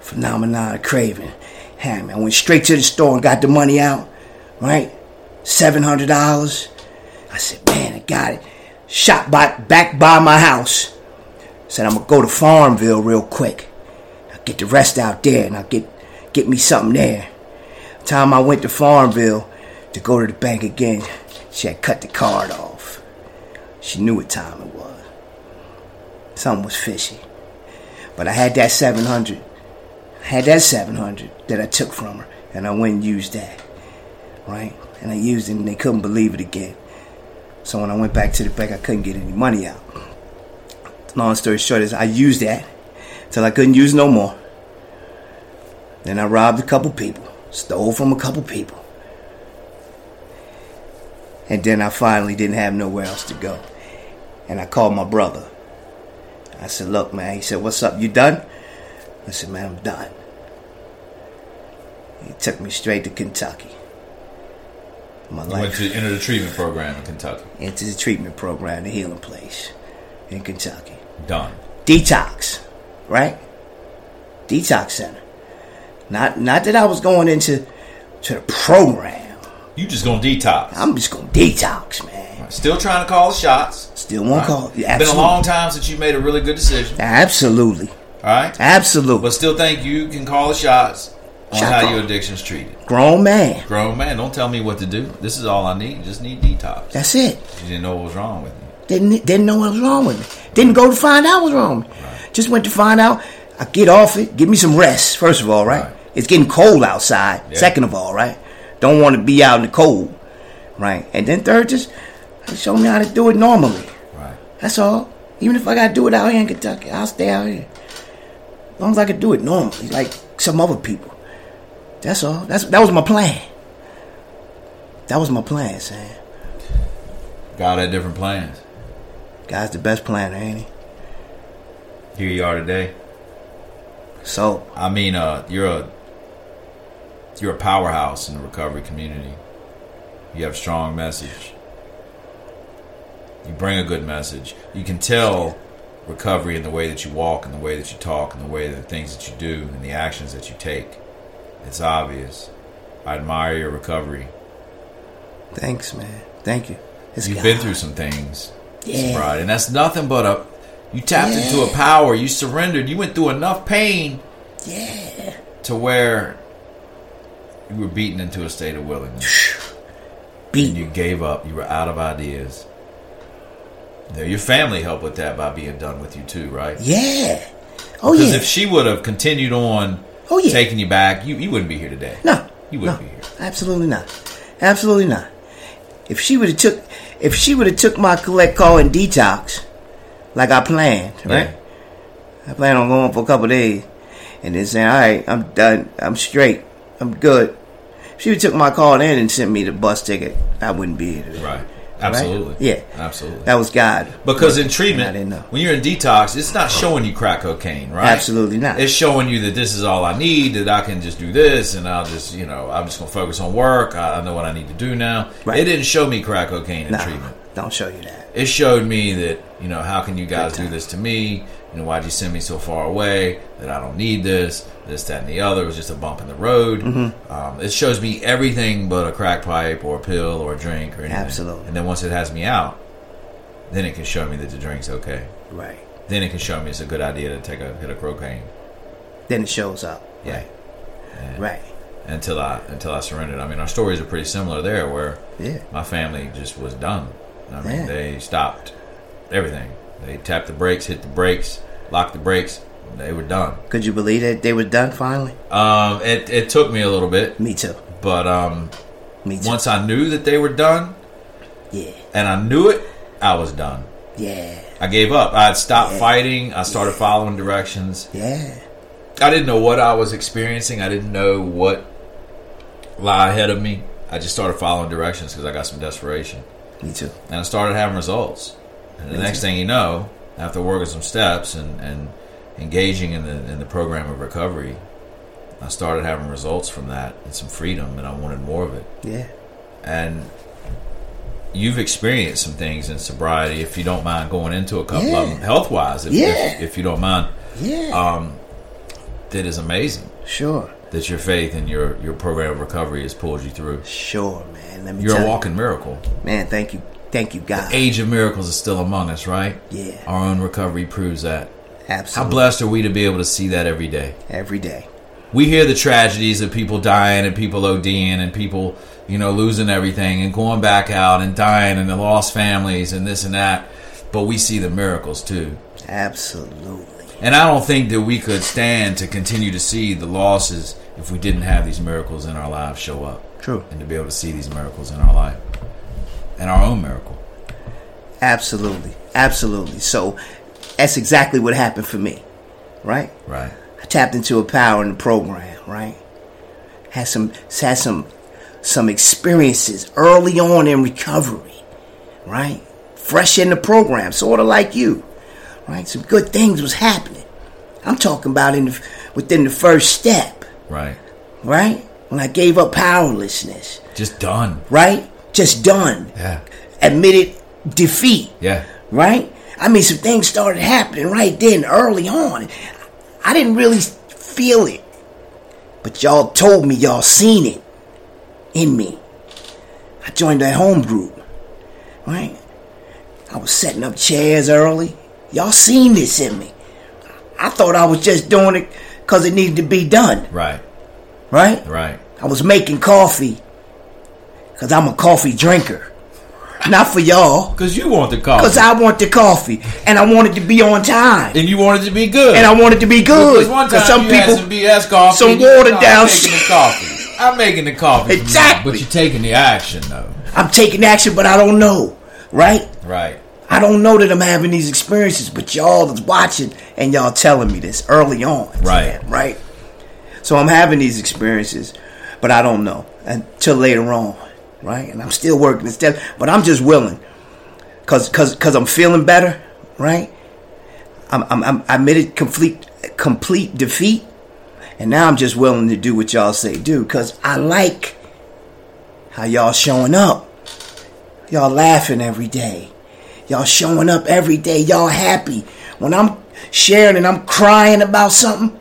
[SPEAKER 2] Phenomenon of craving. Hey, man, I went straight to the store and got the money out, right? $700. I said, man, I got it. Shot by, back by my house. Said, I'm going to go to Farmville real quick. I'll get the rest out there and I'll get, get me something there. Time I went to Farmville to go to the bank again, she had cut the card off. She knew what time it was. Something was fishy. But I had that 700. I had that 700 that I took from her, and I went and used that. Right? And I used it, and they couldn't believe it again. So when I went back to the bank, I couldn't get any money out. Long story short is, I used that till I couldn't use no more. Then I robbed a couple people, stole from a couple people. And then I finally didn't have nowhere else to go. And I called my brother. I said, Look, man. He said, What's up? You done? I said, Man, I'm done. He took me straight to Kentucky. My
[SPEAKER 1] You went
[SPEAKER 2] life
[SPEAKER 1] to enter the treatment program in Kentucky.
[SPEAKER 2] into the treatment program, the healing place in Kentucky.
[SPEAKER 1] Done.
[SPEAKER 2] Detox, right? Detox center. Not not that I was going into to the program.
[SPEAKER 1] You just gonna detox.
[SPEAKER 2] I'm just gonna detox, man.
[SPEAKER 1] Still trying to call the shots.
[SPEAKER 2] Still won't call.
[SPEAKER 1] It's
[SPEAKER 2] Yeah,
[SPEAKER 1] been a
[SPEAKER 2] absolutely.
[SPEAKER 1] long time since you made a really good decision.
[SPEAKER 2] Absolutely.
[SPEAKER 1] All right,
[SPEAKER 2] Absolutely.
[SPEAKER 1] but still think you can call the shots on
[SPEAKER 2] Shot
[SPEAKER 1] how
[SPEAKER 2] call.
[SPEAKER 1] your addiction's treated.
[SPEAKER 2] Grown man.
[SPEAKER 1] Grown man, don't tell me what to do. This is all I need. Just need detox.
[SPEAKER 2] That's it.
[SPEAKER 1] You didn't know what was wrong with you.
[SPEAKER 2] Didn't didn't know what was wrong with me. Didn't go to find out what was wrong with me. Just went to find out. I get off it. Give me some rest. First of all, right?
[SPEAKER 1] Right.
[SPEAKER 2] It's getting cold outside.
[SPEAKER 1] Yeah.
[SPEAKER 2] Second of all, right? Don't want to be out in the cold, right? And then third, just show me how to do it normally.
[SPEAKER 1] Right.
[SPEAKER 2] That's all. Even if I gotta do it out here in Kentucky, I'll stay out here. As long as I can do it normally, like some other people. That's all. That's that was my plan. That was my plan, Sam.
[SPEAKER 1] God had different plans.
[SPEAKER 2] God's the best planner, ain't he?
[SPEAKER 1] Here you are today.
[SPEAKER 2] So
[SPEAKER 1] I mean, uh, you're a you're a powerhouse in the recovery community. You have a strong message. You bring a good message. You can tell recovery in the way that you walk, in the way that you talk, in the way the things that you do, and the actions that you take. It's obvious. I admire your recovery.
[SPEAKER 2] Thanks, man. Thank you. It's
[SPEAKER 1] You've
[SPEAKER 2] God.
[SPEAKER 1] been through some things,
[SPEAKER 2] Yeah.
[SPEAKER 1] sobriety, and that's nothing but a. You tapped into a
[SPEAKER 2] Yeah.
[SPEAKER 1] power. You surrendered. You went through enough pain
[SPEAKER 2] Yeah.
[SPEAKER 1] to where you were beaten into a state of willingness. And
[SPEAKER 2] Beat.
[SPEAKER 1] you gave up. You were out of ideas. Now, your family helped with that by being done with you too, right?
[SPEAKER 2] Yeah. Oh
[SPEAKER 1] Because
[SPEAKER 2] yeah.
[SPEAKER 1] if she would have continued on
[SPEAKER 2] Oh, yeah.
[SPEAKER 1] taking you back, you, you wouldn't be here today.
[SPEAKER 2] no.
[SPEAKER 1] You
[SPEAKER 2] no.
[SPEAKER 1] wouldn't be here.
[SPEAKER 2] Absolutely not. Absolutely not. If she would have took, if she would have took my collect call and detox, like I planned, right? I plan on going for a couple days, and then saying, "All right, I'm done. I'm straight. I'm good." If she would took my call in and sent me the bus ticket, I wouldn't be here today.
[SPEAKER 1] Yeah, Right. Absolutely.
[SPEAKER 2] Yeah.
[SPEAKER 1] Absolutely.
[SPEAKER 2] That was God.
[SPEAKER 1] Because in
[SPEAKER 2] I didn't
[SPEAKER 1] treatment,
[SPEAKER 2] know.
[SPEAKER 1] when you're in detox, it's not showing you crack cocaine, right?
[SPEAKER 2] Absolutely not.
[SPEAKER 1] It's showing you that this is all I need, that I can just do this, and I'll just, you know, I'm just going to focus on work. I I know what I need to do now.
[SPEAKER 2] Right.
[SPEAKER 1] It didn't show me crack cocaine in
[SPEAKER 2] Nah,
[SPEAKER 1] treatment.
[SPEAKER 2] don't show you that.
[SPEAKER 1] It showed me that, you know, how can you guys do this to me? You know, why'd you send me so far away? That I don't need this, this, that, and the other. It was just a bump in the road.
[SPEAKER 2] Mm-hmm.
[SPEAKER 1] Um, it shows me everything but a crack pipe or a pill or a drink or anything.
[SPEAKER 2] Absolutely.
[SPEAKER 1] And then once it has me out, then it can show me that the drink's okay
[SPEAKER 2] Right.
[SPEAKER 1] then it can show me it's a good idea to take a hit of cocaine.
[SPEAKER 2] Then it shows up.
[SPEAKER 1] Yeah.
[SPEAKER 2] Right.
[SPEAKER 1] Until I until I surrendered. I mean, our stories are pretty similar there, where
[SPEAKER 2] Yeah.
[SPEAKER 1] my family just was done. I mean,
[SPEAKER 2] Yeah.
[SPEAKER 1] they stopped everything. They tapped the brakes, hit the brakes, locked the brakes. and They were done.
[SPEAKER 2] Could you believe that they were done finally?
[SPEAKER 1] Um, it it took me a little bit,
[SPEAKER 2] Me too.
[SPEAKER 1] but um,
[SPEAKER 2] Me too.
[SPEAKER 1] once I knew that they were done,
[SPEAKER 2] yeah.
[SPEAKER 1] and I knew it, I was done.
[SPEAKER 2] Yeah.
[SPEAKER 1] I gave up. I had stopped fighting. I started following directions.
[SPEAKER 2] Yeah.
[SPEAKER 1] I didn't know what I was experiencing. I didn't know what lie ahead of me. I just started following directions because I got some desperation,
[SPEAKER 2] Me too.
[SPEAKER 1] and I started having results. And the next thing you know, after working some steps and, and engaging in the in the program of recovery, I started having results from that and some freedom, and I wanted more of it.
[SPEAKER 2] Yeah.
[SPEAKER 1] And you've experienced some things in sobriety, if you don't mind going into a couple
[SPEAKER 2] Yeah.
[SPEAKER 1] of them health wise, if,
[SPEAKER 2] Yeah.
[SPEAKER 1] if, if you don't mind,
[SPEAKER 2] Yeah.
[SPEAKER 1] um, that is amazing
[SPEAKER 2] sure.
[SPEAKER 1] that your faith and your your program of recovery has pulled you through.
[SPEAKER 2] Sure, man. Let me
[SPEAKER 1] You're
[SPEAKER 2] tell
[SPEAKER 1] a walking miracle.
[SPEAKER 2] you. Man, thank you. Thank you, God.
[SPEAKER 1] Age of miracles is still among us, right?
[SPEAKER 2] Yeah.
[SPEAKER 1] Our own recovery proves that. How
[SPEAKER 2] Absolutely.
[SPEAKER 1] blessed are we to be able to see that every day?
[SPEAKER 2] Every day.
[SPEAKER 1] We hear the tragedies of people dying and people ODing and people, you know, losing everything and going back out and dying and the lost families and this and that. But we see the miracles too.
[SPEAKER 2] Absolutely.
[SPEAKER 1] And I don't think that we could stand to continue to see the losses if we didn't have these miracles in our lives show up.
[SPEAKER 2] True.
[SPEAKER 1] and to be able to see these miracles in our life and our own miracle.
[SPEAKER 2] Absolutely. Absolutely. So that's exactly what happened for me. Right?
[SPEAKER 1] Right.
[SPEAKER 2] I tapped into a power in the program, right? Had some had some some experiences early on in recovery, right? Fresh in the program, sort of like you, right? Some good things was happening. I'm talking about in the, within the first step,
[SPEAKER 1] Right.
[SPEAKER 2] right? When I gave up powerlessness,
[SPEAKER 1] Just done.
[SPEAKER 2] right? Just done,
[SPEAKER 1] Yeah.
[SPEAKER 2] admitted defeat,
[SPEAKER 1] Yeah.
[SPEAKER 2] right? I mean, some things started happening right then, early on. I didn't really feel it, but y'all told me y'all seen it in me. I joined that home group, right? I was setting up chairs early. Y'all seen this in me. I thought I was just doing it because it needed to be done,
[SPEAKER 1] Right.
[SPEAKER 2] right?
[SPEAKER 1] Right.
[SPEAKER 2] I was making coffee because I'm a coffee drinker. Not for y'all,
[SPEAKER 1] Because you want the coffee.
[SPEAKER 2] because I want the coffee and I want it to be on time
[SPEAKER 1] and you want it to be good.
[SPEAKER 2] and I want it to be good.
[SPEAKER 1] Because one time
[SPEAKER 2] some
[SPEAKER 1] you
[SPEAKER 2] people,
[SPEAKER 1] had some BS coffee.
[SPEAKER 2] some
[SPEAKER 1] and you said,
[SPEAKER 2] watered
[SPEAKER 1] "No,
[SPEAKER 2] down
[SPEAKER 1] I'm taking the
[SPEAKER 2] shit."
[SPEAKER 1] coffee. I'm making the coffee. for me,"
[SPEAKER 2] Exactly.
[SPEAKER 1] But you're taking the action, though.
[SPEAKER 2] I'm taking action, but I don't know, right?
[SPEAKER 1] Right.
[SPEAKER 2] I don't know that I'm having these experiences, but y'all is watching and y'all telling me this early on.
[SPEAKER 1] Right.
[SPEAKER 2] man, right. So I'm having these experiences, but I don't know until later on, right? And I'm still working the steps, but I'm just willing, cause cause cause I'm feeling better, right? I'm I'm, I'm I admitted complete complete defeat, and now I'm just willing to do what y'all say do, cause I like how y'all showing up, y'all laughing every day, y'all showing up every day, y'all happy. When I'm sharing and I'm crying about something.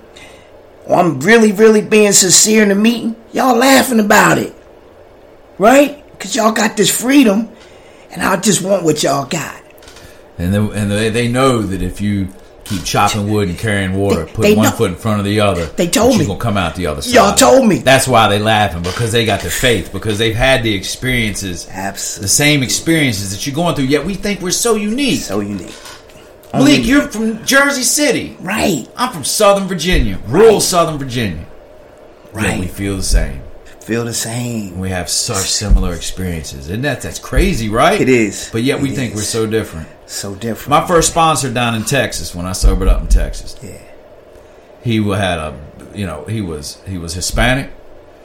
[SPEAKER 2] Well, I'm really, really being sincere in the meeting, y'all laughing about it. Right? Because y'all got this freedom, and I just want what y'all got.
[SPEAKER 1] And they, and they, they know that if you keep chopping wood and carrying water,
[SPEAKER 2] They-
[SPEAKER 1] putting
[SPEAKER 2] they
[SPEAKER 1] one
[SPEAKER 2] know-
[SPEAKER 1] foot in front of the other,
[SPEAKER 2] They told me.
[SPEAKER 1] you're gonna come out the other side.
[SPEAKER 2] Y'all told me.
[SPEAKER 1] That's why they laughing because they got the faith because they've had the experiences, the
[SPEAKER 2] Absolutely.
[SPEAKER 1] same experiences that you're going through. Yet we think we're so unique.
[SPEAKER 2] So unique.
[SPEAKER 1] Malik, you're from Jersey City.
[SPEAKER 2] Right.
[SPEAKER 1] I'm from Southern Virginia, rural Southern Virginia. Yet we
[SPEAKER 2] Right.
[SPEAKER 1] feel the same.
[SPEAKER 2] Feel the same.
[SPEAKER 1] We have such similar experiences, and that that's crazy, right?
[SPEAKER 2] It is.
[SPEAKER 1] But yet we
[SPEAKER 2] It
[SPEAKER 1] think
[SPEAKER 2] is.
[SPEAKER 1] we're so different.
[SPEAKER 2] So different.
[SPEAKER 1] My first sponsor down in Texas when I sobered up in Texas.
[SPEAKER 2] Yeah.
[SPEAKER 1] He wa- had a, you know, he was he was Hispanic.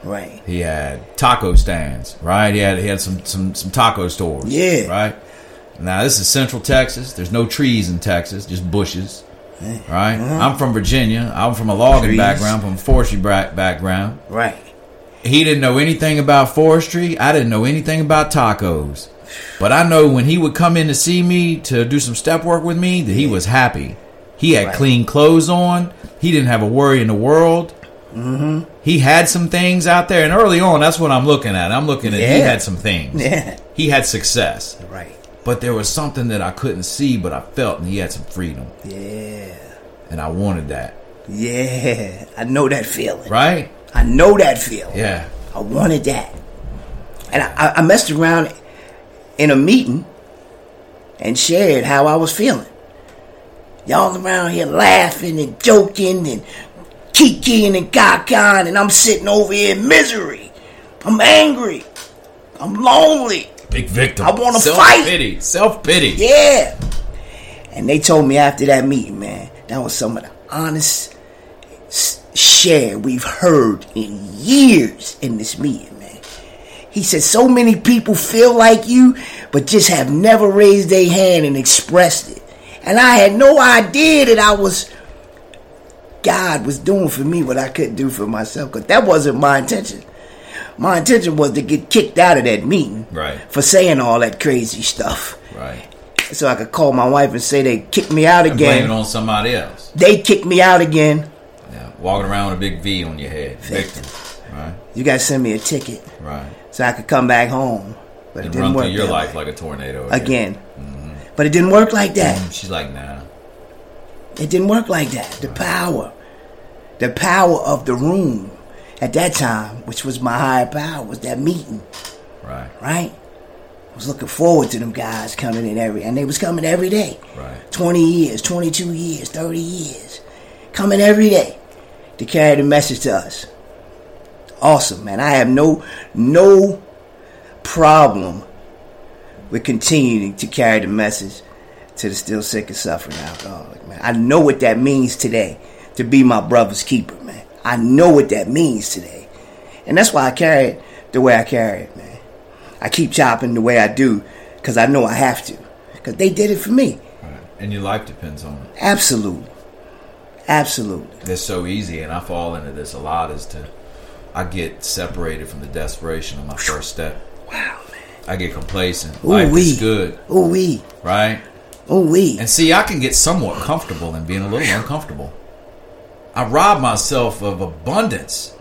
[SPEAKER 2] Right.
[SPEAKER 1] He had taco stands, right? He had he had some some some taco stores,
[SPEAKER 2] Yeah.
[SPEAKER 1] right. Now this is Central Texas. There's no trees in Texas, just bushes, right? I'm from Virginia. I'm from a logging
[SPEAKER 2] Uh-huh. Trees.
[SPEAKER 1] background, from a forestry bra- background.
[SPEAKER 2] Right.
[SPEAKER 1] He didn't know anything about forestry. I didn't know anything about tacos. But I know when he would come in to see me to do some step work with me, that he was happy. He had
[SPEAKER 2] Right.
[SPEAKER 1] clean clothes on. He didn't have a worry in the world.
[SPEAKER 2] Mm-hmm.
[SPEAKER 1] He had some things out there. And early on, that's what I'm looking at. I'm looking at he
[SPEAKER 2] Yeah.
[SPEAKER 1] had some things.
[SPEAKER 2] Yeah.
[SPEAKER 1] He had success.
[SPEAKER 2] Right.
[SPEAKER 1] But there was something that I couldn't see, but I felt, and he had some freedom.
[SPEAKER 2] Yeah.
[SPEAKER 1] And I wanted that.
[SPEAKER 2] Yeah. I know that feeling.
[SPEAKER 1] Right?
[SPEAKER 2] I know that feeling.
[SPEAKER 1] Yeah.
[SPEAKER 2] I wanted that. And I- I, I messed around in a meeting and shared how I was feeling. Y'all around here laughing and joking and kikiing and gawking, and I'm sitting over here in misery. I'm angry. I'm lonely.
[SPEAKER 1] Big victim.
[SPEAKER 2] I wanna
[SPEAKER 1] Self pity. Self pity.
[SPEAKER 2] Yeah. And they told me after that meeting, man, that was some of the honest s- share we've heard in years in this meeting, man. He said so many people feel like you, but just have never raised their hand and expressed it. And I had no idea that I was God was doing for me what I couldn't do for myself, because that wasn't my intention. My intention was to get kicked out of that meeting
[SPEAKER 1] Right.
[SPEAKER 2] for saying all that crazy stuff
[SPEAKER 1] Right.
[SPEAKER 2] so I could call my wife and say they kicked me out
[SPEAKER 1] Blame it
[SPEAKER 2] again.
[SPEAKER 1] on somebody else.
[SPEAKER 2] They kicked me out again.
[SPEAKER 1] Yeah, walking around with a big V on your head, victim. Right,
[SPEAKER 2] You guys send me a ticket
[SPEAKER 1] right.
[SPEAKER 2] so I could come back home. But it
[SPEAKER 1] And
[SPEAKER 2] didn't
[SPEAKER 1] run
[SPEAKER 2] work
[SPEAKER 1] through your
[SPEAKER 2] that
[SPEAKER 1] life Mm-hmm.
[SPEAKER 2] way.
[SPEAKER 1] like a tornado Mm,
[SPEAKER 2] again. But it didn't work like that.
[SPEAKER 1] She's like, nah. Mm-hmm.
[SPEAKER 2] It didn't work like that. The power, the power of the room at that time, which was my higher power, was that meeting.
[SPEAKER 1] Right,
[SPEAKER 2] Right? I was looking forward to them guys coming in every, and they was coming every day.
[SPEAKER 1] right,
[SPEAKER 2] 20 years, 22 years, 30 years, coming every day to carry the message to us. Awesome, man. I have no no problem with continuing to carry the message to the still sick and suffering alcoholic, man. I know what that means today to be my brother's keeper, man. I know what that means today. And that's why I carry it the way I carry it, man. I keep chopping the way I do because I know I have to because they did it for me.
[SPEAKER 1] right. And your life depends on it.
[SPEAKER 2] Absolutely. Absolutely.
[SPEAKER 1] It's so easy, and I fall into this a lot. Is to I get separated from the desperation on my first step.
[SPEAKER 2] Wow, man.
[SPEAKER 1] I get complacent.
[SPEAKER 2] Ooh-wee.
[SPEAKER 1] life is good,
[SPEAKER 2] Ooh wee.
[SPEAKER 1] right?
[SPEAKER 2] Ooh wee.
[SPEAKER 1] And see, I can get somewhat comfortable in being a little uncomfortable. I rob myself of abundance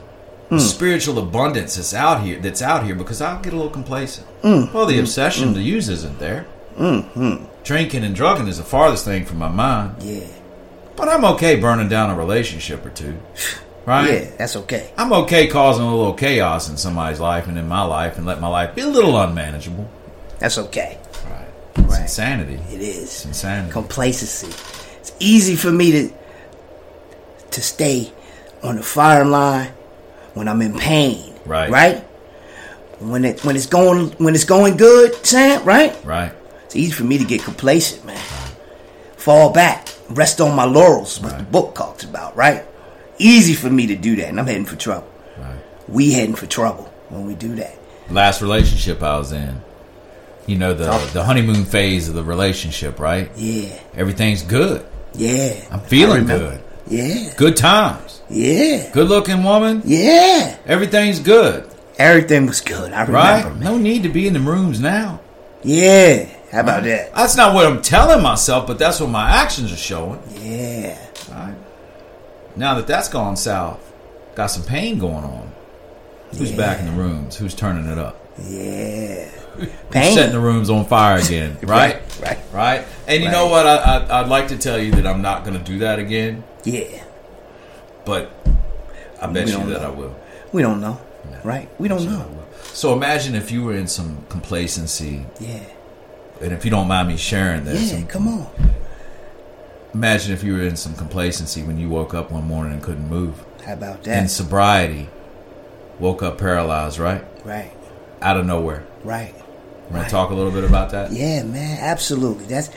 [SPEAKER 1] the
[SPEAKER 2] Hmm.
[SPEAKER 1] spiritual abundance that's out here that's out here because I'll get a little complacent.
[SPEAKER 2] Hmm.
[SPEAKER 1] Well, the obsession to use isn't there. Drinking and drugging is the farthest thing from my mind,
[SPEAKER 2] Yeah.
[SPEAKER 1] but I'm okay burning down a relationship or two, right?
[SPEAKER 2] Yeah, that's okay.
[SPEAKER 1] I'm okay causing a little chaos in somebody's life and in my life, and let my life be a little unmanageable.
[SPEAKER 2] That's okay.
[SPEAKER 1] Right? It's
[SPEAKER 2] Right.
[SPEAKER 1] insanity.
[SPEAKER 2] It is.
[SPEAKER 1] Insanity.
[SPEAKER 2] Complacency. It's easy for me to to stay on the firing line when I'm in pain.
[SPEAKER 1] Right.
[SPEAKER 2] Right? When it when it's going when it's going good, Sam, right?
[SPEAKER 1] Right.
[SPEAKER 2] It's easy for me to get complacent, man. Fall back, rest on my laurels, what the book talks about, right? Easy for me to do that, and I'm heading for trouble.
[SPEAKER 1] Right.
[SPEAKER 2] We heading for trouble when we do that.
[SPEAKER 1] last relationship I was in. You know the the honeymoon phase of the relationship, right?
[SPEAKER 2] Yeah,
[SPEAKER 1] Everything's good.
[SPEAKER 2] yeah.
[SPEAKER 1] I'm feeling
[SPEAKER 2] remember.
[SPEAKER 1] good.
[SPEAKER 2] Yeah,
[SPEAKER 1] Good times.
[SPEAKER 2] yeah,
[SPEAKER 1] Good looking woman.
[SPEAKER 2] yeah.
[SPEAKER 1] Everything's good,
[SPEAKER 2] Everything was good. I remember,
[SPEAKER 1] right?
[SPEAKER 2] man.
[SPEAKER 1] No need to be in the rooms now.
[SPEAKER 2] Yeah. How about that?
[SPEAKER 1] That's not what I'm telling myself, but that's what my actions are showing.
[SPEAKER 2] Yeah.
[SPEAKER 1] Right? Now that that's gone south, got some pain going on. Who's back in the rooms? Who's turning it up?
[SPEAKER 2] Yeah.
[SPEAKER 1] Who's setting the
[SPEAKER 2] Pain.
[SPEAKER 1] rooms on fire again, right?
[SPEAKER 2] Right.
[SPEAKER 1] Right? And you know
[SPEAKER 2] Right.
[SPEAKER 1] what? I, I, I'd like to tell you that I'm not going to do that again,
[SPEAKER 2] Yeah.
[SPEAKER 1] but I bet
[SPEAKER 2] We
[SPEAKER 1] you
[SPEAKER 2] don't
[SPEAKER 1] that
[SPEAKER 2] know.
[SPEAKER 1] I will.
[SPEAKER 2] We don't know. Right? We don't
[SPEAKER 1] I
[SPEAKER 2] know.
[SPEAKER 1] will. So imagine if you were in some complacency,
[SPEAKER 2] Yeah.
[SPEAKER 1] and if you don't mind me sharing this,
[SPEAKER 2] Yeah,
[SPEAKER 1] and
[SPEAKER 2] come on.
[SPEAKER 1] imagine if you were in some complacency when you woke up one morning and couldn't move.
[SPEAKER 2] How about
[SPEAKER 1] In
[SPEAKER 2] that?
[SPEAKER 1] sobriety, woke up paralyzed, right?
[SPEAKER 2] Right.
[SPEAKER 1] Out of nowhere.
[SPEAKER 2] Right.
[SPEAKER 1] You want to talk a little bit about that?
[SPEAKER 2] Yeah, man, absolutely. That's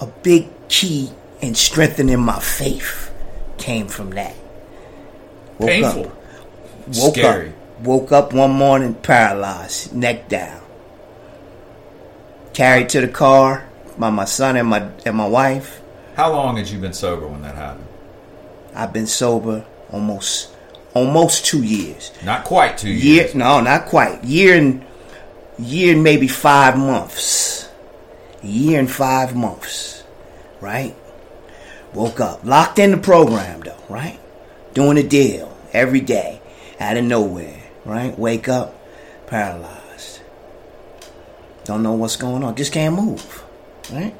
[SPEAKER 2] a big key in strengthening my faith came from that. Woke
[SPEAKER 1] Painful.
[SPEAKER 2] up. Woke
[SPEAKER 1] Scary.
[SPEAKER 2] up. Woke up one morning paralyzed, neck down. Carried to the car by my son and my and my wife.
[SPEAKER 1] How long had you been sober when that happened?
[SPEAKER 2] I've been sober almost almost two years.
[SPEAKER 1] Not quite two years.
[SPEAKER 2] Year no, not quite. Year and year and maybe five months. Year and five months. Right? Woke up. Locked in the program though, right? Doing a deal every day. Out of nowhere. Right? Wake up, paralyzed. Don't know what's going on. Just can't move. Right?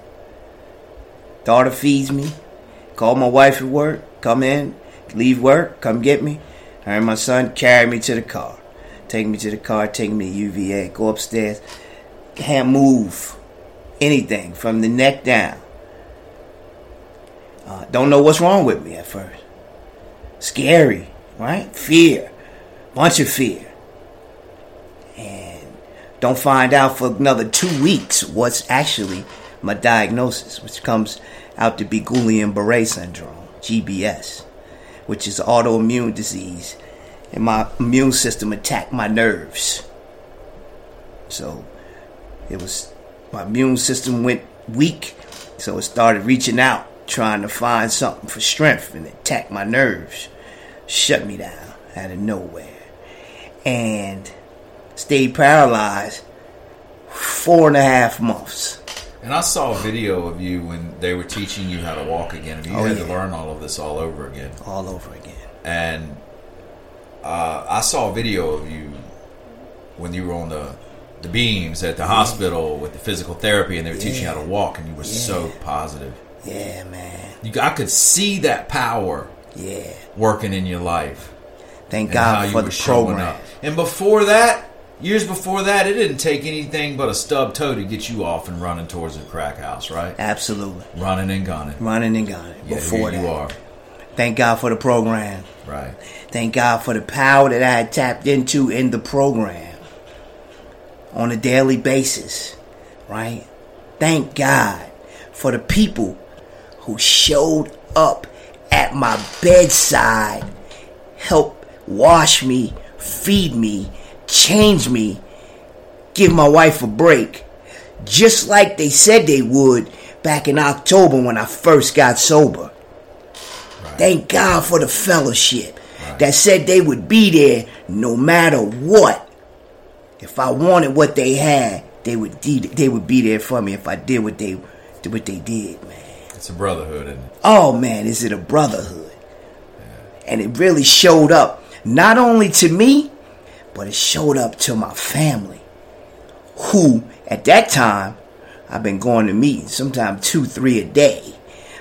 [SPEAKER 2] Daughter feeds me. Call my wife at work. Come in. Leave work. Come get me. Her and my son carry me to the car. Take me to the car. Take me to UVA. Go upstairs. Can't move anything from the neck down. Uh, don't know what's wrong with me at first. Scary, right? Fear. Bunch of fear. And don't find out for another two weeks what's actually my diagnosis, which comes out to be Guillain Barre syndrome, GBS, which is autoimmune disease, and my immune system attacked my nerves. So it was my immune system went weak, so it started reaching out, trying to find something for strength, and it attacked my nerves, shut me down out of nowhere, and stayed paralyzed four and a half months.
[SPEAKER 1] And I saw a video of you when they were teaching you how to walk again, and you
[SPEAKER 2] Oh,
[SPEAKER 1] had to
[SPEAKER 2] yeah.
[SPEAKER 1] learn all of this all over again.
[SPEAKER 2] all over again.
[SPEAKER 1] And uh, I saw a video of you when you were on the the beams at the hospital with the physical therapy, and they were teaching you how to walk, and you were so positive.
[SPEAKER 2] Yeah, man.
[SPEAKER 1] You, I could see that power
[SPEAKER 2] Yeah.
[SPEAKER 1] working in your life
[SPEAKER 2] Thank
[SPEAKER 1] and how
[SPEAKER 2] God
[SPEAKER 1] you
[SPEAKER 2] for
[SPEAKER 1] were
[SPEAKER 2] the
[SPEAKER 1] showing
[SPEAKER 2] program.
[SPEAKER 1] up. And before that, years before that, it didn't take anything but a stub toe to get you off and running towards the crack house, right?
[SPEAKER 2] Absolutely.
[SPEAKER 1] Running and gunning.
[SPEAKER 2] Running and gunning
[SPEAKER 1] Yeah,
[SPEAKER 2] before
[SPEAKER 1] here
[SPEAKER 2] that.
[SPEAKER 1] you are.
[SPEAKER 2] Thank God for the program.
[SPEAKER 1] Right.
[SPEAKER 2] Thank God for the power that I had tapped into in the program on a daily basis, right? Thank God for the people who showed up at my bedside, helped wash me, feed me, change me, give my wife a break, just like they said they would back in October when I first got sober. Thank God for the fellowship that said they would be there no matter what. If I wanted what they had, they would de- they would be there for me if I did what they what they did, man.
[SPEAKER 1] It's a brotherhood, isn't it?
[SPEAKER 2] Oh man, is it a brotherhood? And it really showed up not only to me, but it showed up to my family, who at that time I've been going to meetings, sometimes two, three a day,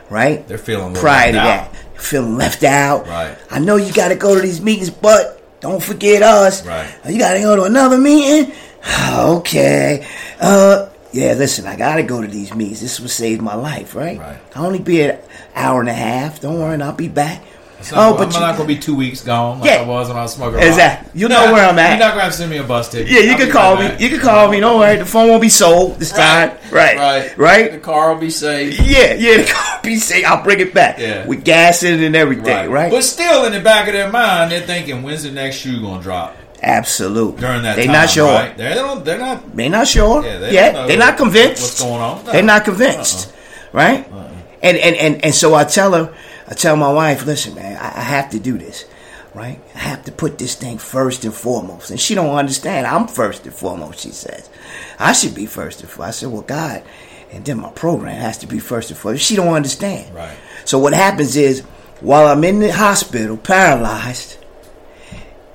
[SPEAKER 2] right?
[SPEAKER 1] They're feeling a little
[SPEAKER 2] prior to
[SPEAKER 1] left
[SPEAKER 2] that, feeling left out.
[SPEAKER 1] Right.
[SPEAKER 2] I know you got to go to these meetings, but don't forget us. Uh,
[SPEAKER 1] Right.
[SPEAKER 2] You got to go to another meeting. okay. Uh, yeah. Listen, I got to go to these meetings. This will save my life, right?
[SPEAKER 1] Right.
[SPEAKER 2] I only be an hour and a half. Don't worry, and I'll be back. Oh,
[SPEAKER 1] It's not- I'm not gonna be two weeks gone like
[SPEAKER 2] Yeah.
[SPEAKER 1] I was when I was smoking.
[SPEAKER 2] Exact-
[SPEAKER 1] rock.
[SPEAKER 2] you know where I'm at.
[SPEAKER 1] You're not gonna have to send me a bus ticket.
[SPEAKER 2] Yeah, you
[SPEAKER 1] I'll
[SPEAKER 2] can
[SPEAKER 1] be
[SPEAKER 2] call
[SPEAKER 1] right
[SPEAKER 2] me.
[SPEAKER 1] back.
[SPEAKER 2] You can call me. Don't worry. The phone won't be sold this
[SPEAKER 1] Right.
[SPEAKER 2] time. Right.
[SPEAKER 1] right,
[SPEAKER 2] Right.
[SPEAKER 1] The car will be safe.
[SPEAKER 2] Yeah, yeah, the car be safe. I'll bring it back.
[SPEAKER 1] Yeah.
[SPEAKER 2] With gas in it and everything, right?
[SPEAKER 1] But still, in the back of their mind, they're thinking, "When's the next shoe gonna drop?"
[SPEAKER 2] Absolute.
[SPEAKER 1] During that,
[SPEAKER 2] they
[SPEAKER 1] time,
[SPEAKER 2] not sure.
[SPEAKER 1] Right? They don't. They're not.
[SPEAKER 2] They not sure.
[SPEAKER 1] Yeah,
[SPEAKER 2] Yeah,
[SPEAKER 1] they
[SPEAKER 2] they
[SPEAKER 1] don't know
[SPEAKER 2] are not convinced.
[SPEAKER 1] what's going on. No. Uh-uh.
[SPEAKER 2] They're not convinced, right? And, and and and so I tell her, I tell my wife, listen, man, I, I have to do this, right? I have to put this thing first and foremost. And she don't understand. I'm first and foremost. She says, I should be first and foremost. I said, well, God, and then my program has to be first and foremost. She don't understand.
[SPEAKER 1] Right.
[SPEAKER 2] So what happens is, while I'm in the hospital, paralyzed.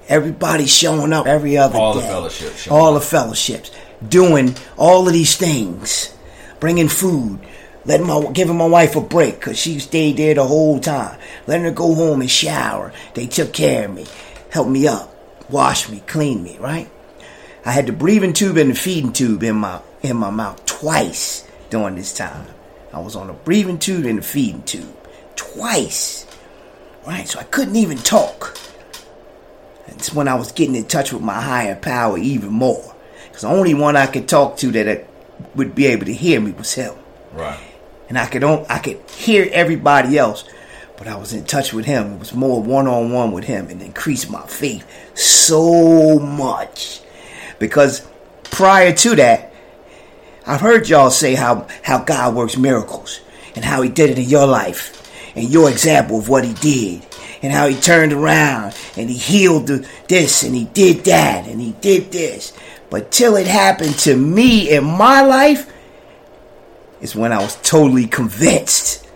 [SPEAKER 2] Everybody's showing up every other
[SPEAKER 1] All the
[SPEAKER 2] day.
[SPEAKER 1] fellowships showing
[SPEAKER 2] All the fellowships. Doing all of these things. Bringing food. Letting my, giving my wife a break because she stayed there the whole time. Letting her go home and shower. They took care of me. Helped me up. Washed me. Cleaned me, right? I had the breathing tube and the feeding tube in my in my mouth twice during this time. I was on the breathing tube and the feeding tube twice. Right, so I couldn't even talk. It's when I was getting in touch with my higher power even more. Because the only one I could talk to that I would be able to hear me was him.
[SPEAKER 1] Right.
[SPEAKER 2] And I could on, I could hear everybody else, but I was in touch with him. It was more one on one with him and increased my faith so much. Because prior to that, I've heard y'all say how, how God works miracles and how he did it in your life and your example of what he did and how he turned around and he healed the, this and he did that and he did this. But till it happened to me in my life is when I was totally convinced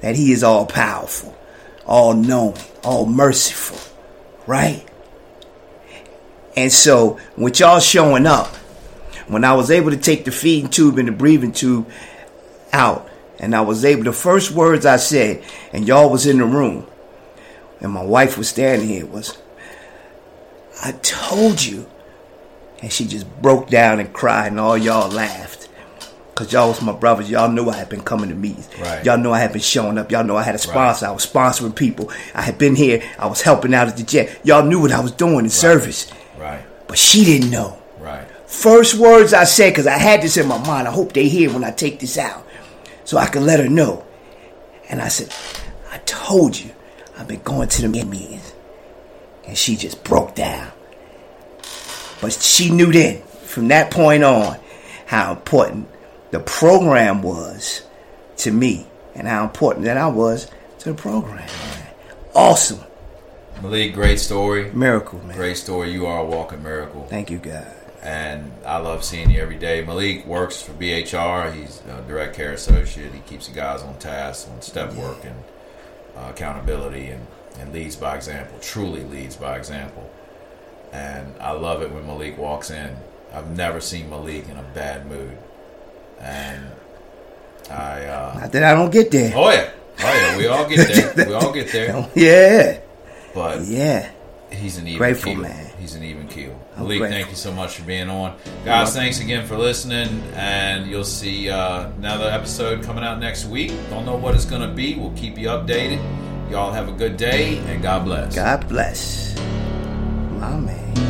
[SPEAKER 2] that he is all powerful, all knowing, all merciful, right? And so with y'all showing up, when I was able to take the feeding tube and the breathing tube out, and I was able, the first words I said, and y'all was in the room, and my wife was standing here, was, I told you. And she just broke down and cried, and all y'all laughed. Because y'all was my brothers. Y'all knew I had been coming to meetings.
[SPEAKER 1] Right.
[SPEAKER 2] Y'all knew I had been showing up. Y'all know I had a sponsor. I was sponsoring people. I had been here. I was helping out at the jet. Y'all knew what I was doing in service.
[SPEAKER 1] Right.
[SPEAKER 2] But she didn't know
[SPEAKER 1] Right.
[SPEAKER 2] first words I said, because I had this in my mind, I hope they hear when I take this out, so I can let her know. And I said, I told you, I've been going to the meetings. And she just broke down. But she knew then, from that point on, how important the program was to me and how important that I was to the program. Awesome
[SPEAKER 1] Malik, great story.
[SPEAKER 2] miracle, man.
[SPEAKER 1] Great story. You are a walking miracle.
[SPEAKER 2] Thank you, God.
[SPEAKER 1] and I love seeing you every day. Malik works for BHR. He's a direct care associate. He keeps the guys on task, on step work, and uh, accountability, and, and leads by example. Truly leads by example. And I love it when Malik walks in. I've never seen Malik in a bad mood. And I, uh,
[SPEAKER 2] Not that I don't get there.
[SPEAKER 1] oh yeah, oh yeah, we all get there. We all get there.
[SPEAKER 2] Yeah,
[SPEAKER 1] But
[SPEAKER 2] yeah.
[SPEAKER 1] He's an even
[SPEAKER 2] Grateful
[SPEAKER 1] keel.
[SPEAKER 2] man.
[SPEAKER 1] He's an even keel.
[SPEAKER 2] I'm
[SPEAKER 1] Malik,
[SPEAKER 2] grateful.
[SPEAKER 1] thank you so much for being on. Guys, thanks again for listening. And you'll see uh, another episode coming out next week. Don't know what it's going to be. We'll keep you updated. Y'all have a good day and God bless.
[SPEAKER 2] God bless. My man.